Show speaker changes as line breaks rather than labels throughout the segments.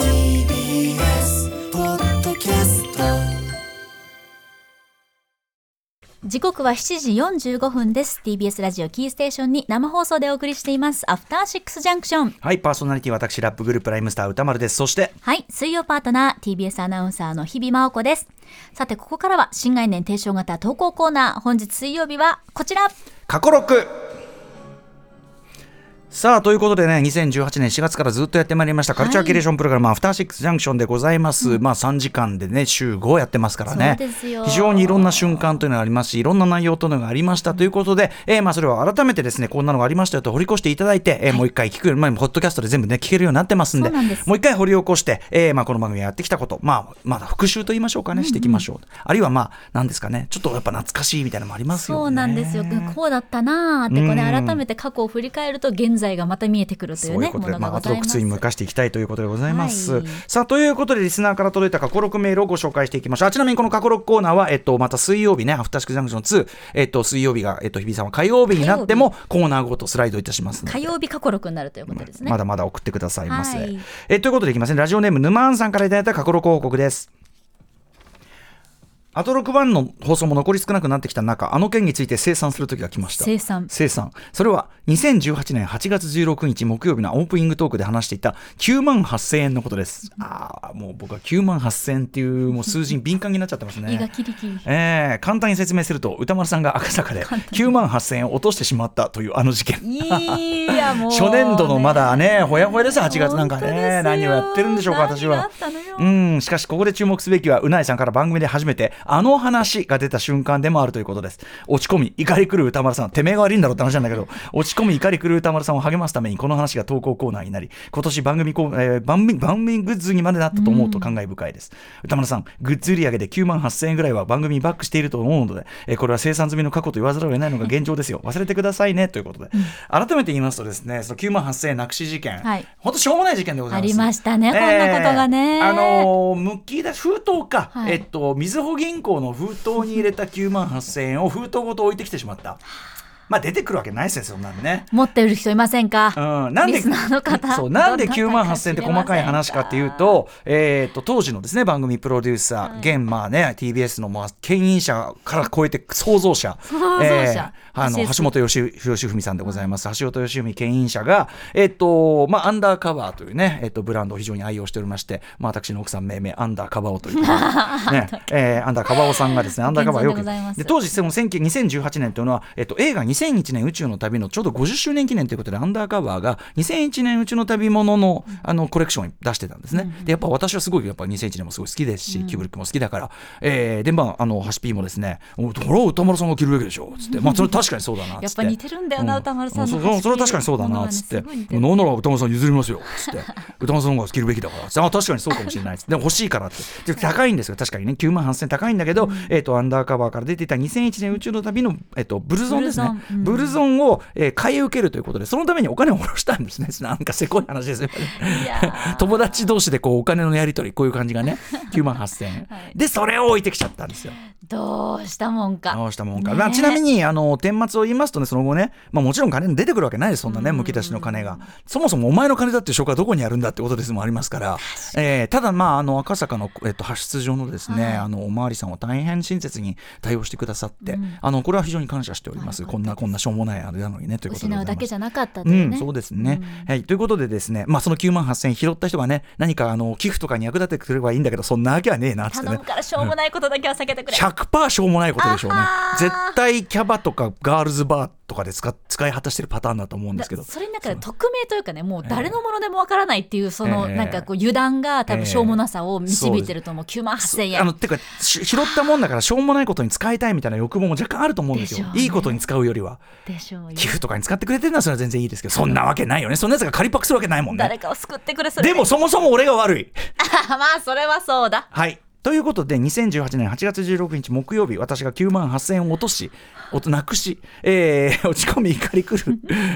TBS ポッドキャスト
時刻は7時45分です TBS ラジオキーステーションに生放送でお送りしていますアフターシックスジャンクション
はい、パーソナリティ私、ラップグループライムスター歌丸です。そして、
はい水曜パートナー TBS アナウンサーの日々真央子ですさてここからは新概念提唱型投稿コーナー本日水曜日はこちら
過去6。さあということでね2018年4月からずっとやってまいりましたカルチャーキュレーションプログラム「アフターシックスジャンクション」でございます、まあ3時間でね週5やってますからね
そうですよ
非常にいろんな瞬間というのがありますしいろんな内容というのがありましたということで、えーまあそれを改めてですねこんなのがありましたよと掘り越していただいて、えーもう一回聞くより前にポッドキャストで全部ね聞けるようになってますんで
そうなんです
もう一回掘り起こして、えーまあ、この番組がやってきたこと、まあ、まだ復習と言いましょうかねしていきましょう、あるいはまあ何ですかねちょっとやっぱ懐かしいみたいなのもありますよね。
そうなんですよこうだったなーってこうね
うん
改めて過去を振り返ると現在がまた見えてくるとい
そううい
ね
うこと
も
で、
の
ま
がご
あ、あ
ざ
と
いま
靴
す
に向かしていきたいということでございます。
はい
さあ、ということで、リスナーから届いた過去6メールをご紹介していきましょう。あちなみに、この過去6コーナーは、えっと、また水曜日ね、アフターシックスジャンクション2、えっと、水曜日が、えっと、日比さんは火曜日になっても、コーナーごとスライドいたしますので
火曜日過去6になるということですね
まだまだ送ってくださいませ。
はい
えということでいきますね。ラジオネーム、沼ンさんからいただいた過去の報告です。アトロク1の放送も残り少なくなってきた中、あの件について清算する時が来ました。
生産
生産それは2018年8月16日木曜日のオープニングトークで話していた9万8000円のことですああもう僕は9万8000円っていうもう数字に敏感になっちゃってますね
胃がキリキリ
えー簡単に説明すると歌丸さんが赤坂で9万8000円を落としてしまったというあの事件
いやもうね
初年度のまだねほやほやです8月なんか
本当です
ね
よ
何をやってるんでしょうか私
何があ
は
ったのよ
うんしかしここで注目すべきはうないさんから番組で初めてあの話が出た瞬間でもあるということです落ち込み怒り狂う歌丸さんてめえが悪いんだろうって話なんだけど落ち込み怒り狂う歌丸さんを励ますためにこの話が投稿コーナーになり今年番組コー、えー番組番組グッズにまでなったと思うと感慨深いです、歌丸さんグッズ売り上げで9万8000円ぐらいは番組にバックしていると思うので、えーこれは生産済みの過去と言わざるを得ないのが現状ですよ忘れてくださいねということで、改めて言いますとですねその9万8000円なくし事件、
はい
本当しょうもない事件でございます
ありましたねこんなことがね
ええあのーむき出し封筒か、
はい
えっとみずほ銀行の封筒に入れた9万8000円を封筒ごと置いてきてしまったまあ出てくるわけないですねそんなのね
持ってる人いませんか、
うん、なんで
リスナーの方
そうなんで
どなた
9
か
万8000って細かい話かっていうと,、えー、と当時のですね番組プロデューサー、現まあね TBS のまあ牽引者から超えて創造者
創造者
あの
SS
橋本義義文さんでございます、橋本義文牽引者が、えっとまあ、アンダーカバーというね、えっと、ブランドを非常に愛用しておりまして、まあ、私の奥さん命名アンダーカバーをという ことで、ねえーアンダーカバーさんがですねアンダーカバーよく
現存でございます
で当時その1900 2018年というのは、えっと、映画2001年宇宙の旅のちょうど50周年記念ということでアンダーカバーが2001年宇宙の旅もののあのコレクションを出してたんですね、でやっぱ私はすごいやっぱ2001年もすごい好きですし、キューブリックも好きだから、えーでまああのハシピーもですね「おほら歌丸さんが着るべきでしょ」つって、まあ、それ確かにそうだなっ
や
つ
っ
っ
ぱ
て。
似てるんだよな、
う
歌丸さん
そ
の
うそそれは確かにそうだなっつって「なんなら歌丸さん譲りますよ」っつって 「歌丸さんが着るべきだから」つってあ確かにそうかもしれない」っつって「でも欲しいから」ってで高いんですよ確かにね9万8000高いんだけど、えー、とアンダーカバーから出ていた2001年宇宙の旅の、えー、とブルゾンですね
ブルゾンうん
ブルゾンを、えー買い受けるということでそのためにお金を下ろしたんですね なんかせこい話ですよ
いやー
友達同士でこうお金のやり取りこういう感じがね9万8000円、
はい
でそれを置いてきちゃったんですよ
どうしたもんか
直したもんか、
ね
まあ、ちなみにあの顛末を言いますとねその後ね、まあ、もちろん金出てくるわけないですそんなねむき出しの金がそもそもお前の金だっていう証拠はどこにあるんだってことですもありますから、えーただまああの赤坂の、えっと派出所のですね、
はい
あのおまわりさんは大変親切に対応してくださって、あのこれは非常に感謝しております、こんなこんなしょうもないあれなのにねというこ
失う
とでございま
だ
す
けじゃなかったというね、
うん、そうですね、はい。ということでですね、まあ、その9万8000円拾った人がね、何かあの寄付とかに役立ててくれればいいんだけど、そんなわけはねえなっつって
頼
ね
む。からしょうもないことだけは避けてくれ、
100%しょうもないことでしょうね
あはー
絶対キャバとかガールズバーとかで使っ使い果たしてるパターンだと思うんですけど
だそれの中で匿名というかねもう誰のものでもわからないっていうその、
ええ
なんかこう油断が多
ええ
分しょうもなさを導いてると思う、9万8000円
あのてかし拾ったもんだからしょうもないことに使いたいみたいな欲望も若干あると思うんです
でし
よ
ょ、うね
いいことに使うよりは
でしょうよ
寄付とかに使ってくれてるのはそれは全然いいですけどそんなわけないよねそんなやつが借りパクするわけないもん
誰
ね
かを救ってくれそれ
でもそもそも俺が悪い
まあそれはそうだ
はいということで、2018年8月16日木曜日、私が9万8000円を落とし、おとなくし、えー 落ち込み怒り狂う、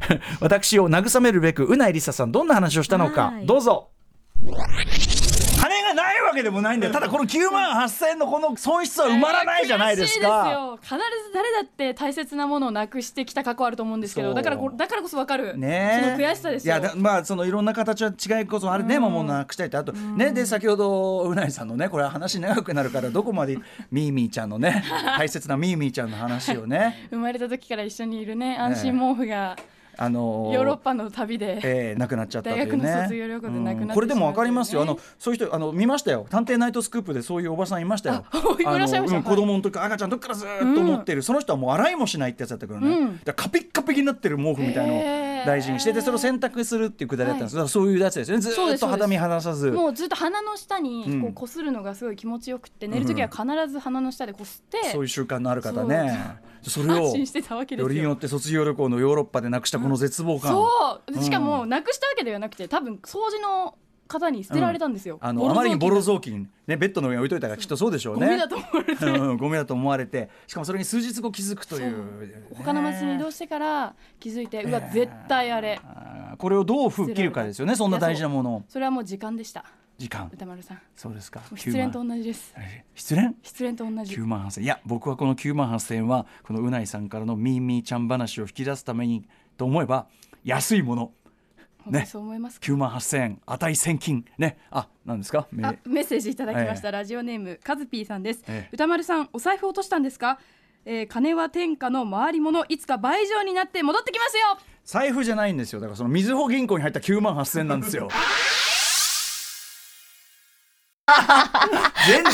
私を慰めるべく、うないりささん、どんな話をしたのか
は、い
どうぞ。金がないわけでもないんだよ。ただこの9万8000円のこの損失は埋まらないじゃないですか。
悔しいですよ必ず誰だって大切なものをなくしてきた過去あると思うんですけ
そう
どだからこだからこそ分かる、
ねえ
その悔しさですよ
いやだまあそのいろんな形は違いこそあれね、まあもうなくしたいってあとねで先ほどうなぎさんのねこれは話長くなるからどこまでみーみーちゃんの ね大切なみーみーちゃんの話をね
生まれた時から一緒にいるね安心毛布が
あの
ヨーロッパの旅で、
えー亡くなっちゃったというね
大学の卒業旅行で亡くなって
うんこれでもわかりますよあ
しまっ
のそういう人あの見ましたよ「探偵ナイトスクープ」でそういうおばさんいましたよ。
あいらっしゃいました
うん子供の時から赤ちゃんの時からずーっと持ってる、その人はもう洗いもしないってやつだったからね、
うん
だからカピッカピになってる毛布みたいのを
へー
大事にしててそれを洗濯するっていうくだりだったんです、だからそういうやつですよねず
そう
ー
で
っ
すそ
と
うです
肌身離さず。
もうずっと鼻の下に
うん
こう擦るのがすごい気持ちよくって、寝る時は必ず鼻の下で擦って、
そういう習慣のある方ねそれ
安
を
心してたわけです
よ
よ
りによって卒業旅行のヨーロッパでなくしたこの絶望感、
そう
うん
しかもなくしたわけではなくて多分掃除の方に捨てられたんですよ、
あのあまりにボロ
雑
雑巾、ね、ベッドの上に置いといたらきっとそうでしょう
巾
ね
ゴミだと思われて、
うん、ゴミだと思われてしかもそれに数日後気づくという、
他の町に移動してから気づいてうわ絶対あれ
あーこれをどう吹っ切るかですよねそんな大事なものを
それはもう時間でした
時間
歌丸さんも
そうですか
う失恋と
9
同じです
万え失恋
失恋と同じ
9万8000いや僕はこの9万8000円はこのうないさんからのみーみーちゃん話を引き出すためにと思えば安いもの
本当にそう思いますか、
9万8000円値千金ねあなんですかめ
あメッセージいただきました、ラジオネームカズピーさんです、
ええ
歌丸さんお財布落としたんですか、えー、金は天下の回り物いつか倍以上になって戻ってきますよ
財布じゃないんですよだからそのみずほ銀行に入った9万8000円なんですよ全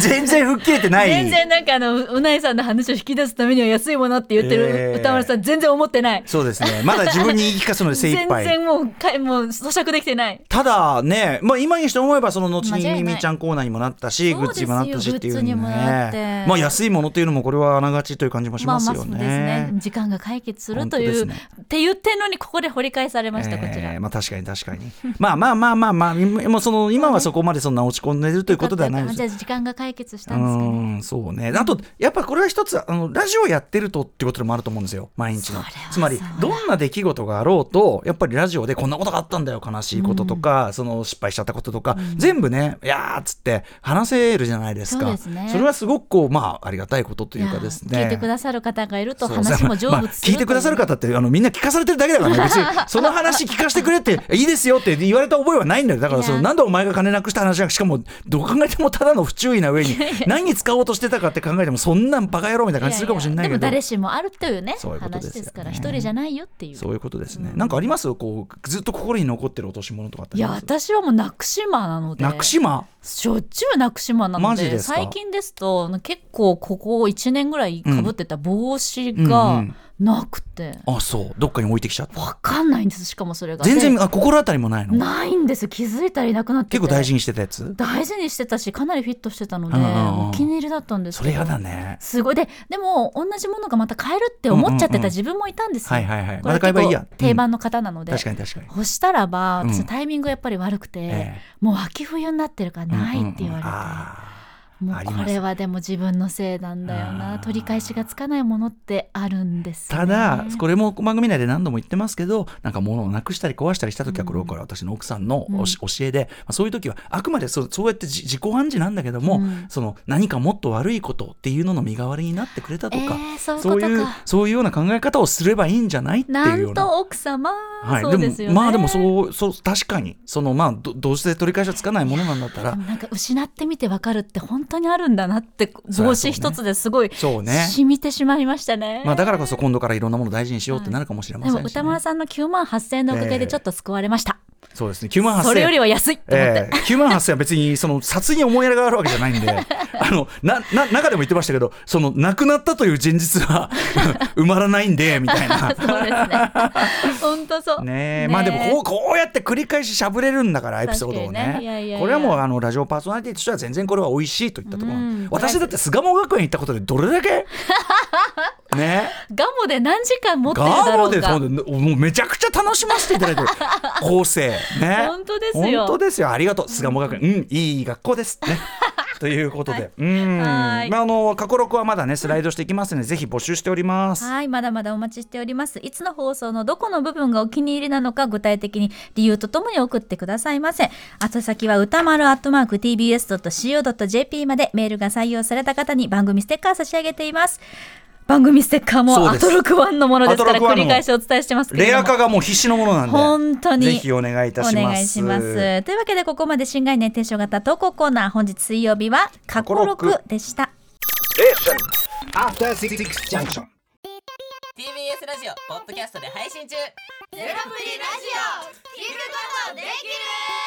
然全然吹っ切れてない
全然なんかあのううないさんの話を引き出すためには安いものって言って
え
る
ー
歌丸さん全然思ってない
そうですねまだ自分に言い聞かすので精一
全
杯
然もうかもう咀嚼できてない
ただね、まあ、今にして思えばその後
間違い
に
ない
ミミちゃんコーナーにもなったし
そう
グ
ですよ
ッズにもなったしっていう
グッズにもなって
ねまあ安いものっていうのもこれはあながちという感じもしますよね。
まあまあそうですね時間が解決するとい
本
う、
当です
って言ってんのにここで掘り返されました、こちら
えーまあ確かに確かにまあまあまあまあまあもうその今はそこまでそんな落ち込んでるということではないです
じゃあ時間が解決した
うん
ですかね
んそうねあとやっぱこれは一つあのラジオやってるとってことでもあると思うんですよ毎日の
それは
つまり
そうだ
どんな出来事があろうとやっぱりラジオでこんなことがあったんだよ悲しいこととか、その失敗しちゃったこととか、全部ねいやーっつって話せるじゃないですか
そうですね
それはすごくこうまあありがたいことと
い
いう
や
かですね
聞いてくださる方がいると
そう
話も成
まあま
仏
あ
する
聞いてくださる方ってあのみんな聞かされてるだけだからね別に その話聞かせてくれっていいですよって言われた覚えはないんだよだからそ
い
の
や
なんでお前が金なくした話なんかしかもどう考えてもただの不注意な上 に何に使おうとしてたかって考えてもそんなんバカ野郎みたいな感じするかもしれない
や
け
や
ど
でも誰しもあるというね
そういうことですよ
話
ね
ですから一人じゃないよっていう
そういうことですね、なんかありますこうずっと心に残ってる落とし物とかって
い
あ
や
ります
私はもうなくしまなので
なくしま
しょっちゅうなくしまなの
マ
で
ジですか
最近ですとあの結構ここ1年ぐらいかぶってた帽子
う
が
ん
なくて、
あそうどっかに置いてきちゃった
わかんないんですしかもそれが
全
で
然あ心当たりもないの
ないんですよ気づいたらいなくなってて
結構大事にしてたやつ
大事にしてたしかなりフィットしてたので、
うんうんうん
お気に入りだったんです
そ
けど
れやだね
すごいででも同じものがまた買えるって思っちゃって
うんうんうん
た自分もいたんですよ、
はいはいはい
これ
また買えばいいや
結構定番の方なので、
確かに確かに
干したらば
うん
私のタイミングやっぱり悪くて、
え
もう秋冬になってるからないって言われて、
うんうんうんあーあり
も
ま
う
す
これはでも自分のせいなんだよ
あ
な
ー
取り返しがつかないものってあるんです、ね、
ただ、これも番組内で何度も言ってますけどなんか物をなくしたり壊したりした時はこれをこれは私の奥さんのおし、教えで、まあ、そういう時はあくまでそうそうやってじ自己暗示なんだけども、
うん
その何かもっと悪いことっていうのの身代わりになってくれたとか、
えーそういうこ
そう
とか
いうそういうような考え方をすればいいんじゃないって
な
いうようんな。
と奥様、
はい、
そうですよね
もまあでもそうそう確かにそのまあどどうして取り返しはつかないものなんだった
で
ら
もなんか失ってみてわかるって本当にあるんだなって
そうね
帽子一つですごい
そうね
染みてしまいましたね。
まあだからこそ今度からいろんなものを大事にしようってなるかもしれま
で
せんし、
も
ね
歌丸さんの9万8000円のおかげでちょっと救われました。
そうですね9万8000
それよりは安いって思って。
ええ9万8000は別にその殺人に思いやりがあるわけじゃない んであのなな中でも言ってましたけどその亡くなったという現実は 埋まらないんでみたいな。
そうです ね。本当そう。
ねえまあでもこう
う
こうやって繰り返ししゃぶれるんだからエピソードを
確かに
ね
ねいやいやいや
これはもうあのラジオパーソナリティとしては全然これは美味しいといったところなんで
うん
私だって菅鴨学園行ったことでどれ だけね
ガモで何時間持ってるだ
ガ
ろ
モ
う
で
か。
もうめちゃくちゃ楽しませていただい てる構成ね
本当ですよ
本当ですよありがとう菅鴨学園うんいい学校ですね ということで、うーん、
はい
まああの過去録はまだねスライドしていきますので、ぜひ募集しております。
はい、まだまだお待ちしております。いつの放送のどこの部分がお気に入りなのか、具体的に理由とともに送ってくださいませ。宛先は歌丸アットマーク tbs.co.jp までメールが採用された方に番組ステッカー差し上げています。番組ステッカー
そう
も
で
ア
す
トロクワンのものですか
ア
ら
トロクワ
繰
ンの
り返しお伝えしてますけれど
レ
も。
ア化がもう必死のものなんで、
本当に
ぜひお願いいたします。
お願いします。というわけでここまで新概念提唱型投稿コーナー本日水曜日は過去
過去
6でした。
After Six Junction.
TBS ラジオポッドキャストで配信中ゼロプリラジオ聞くことできる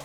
オ